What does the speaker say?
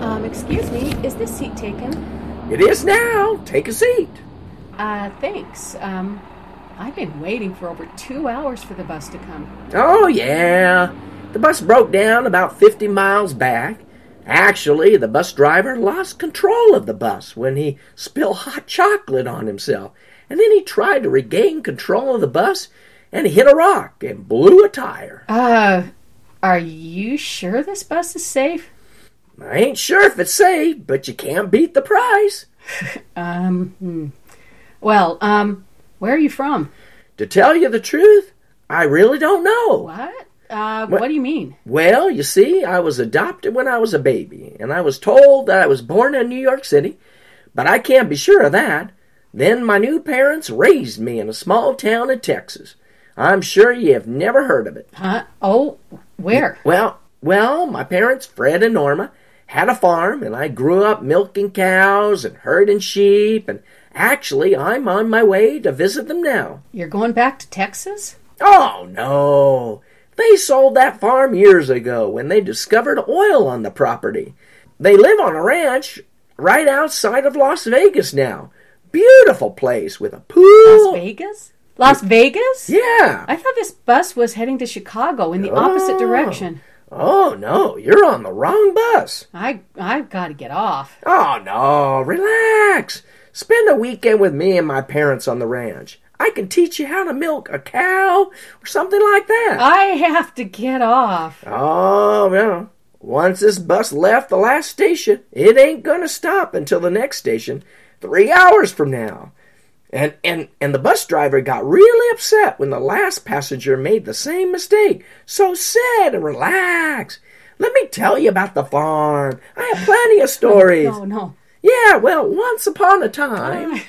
Um, excuse me, is this seat taken? It is now. Take a seat. Uh, thanks. Um, I've been waiting for over two hours for the bus to come. Oh, yeah. The bus broke down about 50 miles back. Actually, the bus driver lost control of the bus when he spilled hot chocolate on himself. And then he tried to regain control of the bus and hit a rock and blew a tire. Uh, are you sure this bus is safe? I ain't sure if it's safe, but you can't beat the price. Um, hmm. well, um, where are you from? To tell you the truth, I really don't know. What? Uh, what, do you mean? Well, you see, I was adopted when I was a baby, and I was told that I was born in New York City, but I can't be sure of that. Then my new parents raised me in a small town in Texas. I'm sure you have never heard of it. Huh? Oh, where? Well, well, my parents, Fred and Norma, had a farm, and I grew up milking cows and herding sheep, and actually, I'm on my way to visit them now. You're going back to Texas? Oh, no. They sold that farm years ago when they discovered oil on the property. They live on a ranch right outside of Las Vegas now. Beautiful place with a Las pool. Vegas? Las Vegas? Oh. Yeah. I thought this bus was heading to Chicago in the opposite Oh. direction. Oh, no, you're on the wrong bus. I I've got to get off. Oh, no, relax. Spend a weekend with me and my parents on the ranch. I can teach you how to milk a cow or something like that. I have to get off. Oh, well. Once this bus left the last station, it ain't going to stop until the next station, three hours from now. And, and, and the bus driver got really upset when the last passenger made the same mistake. So sit and relax. Let me tell you about the farm. I have plenty of stories. No, no. Yeah, well, once upon a time.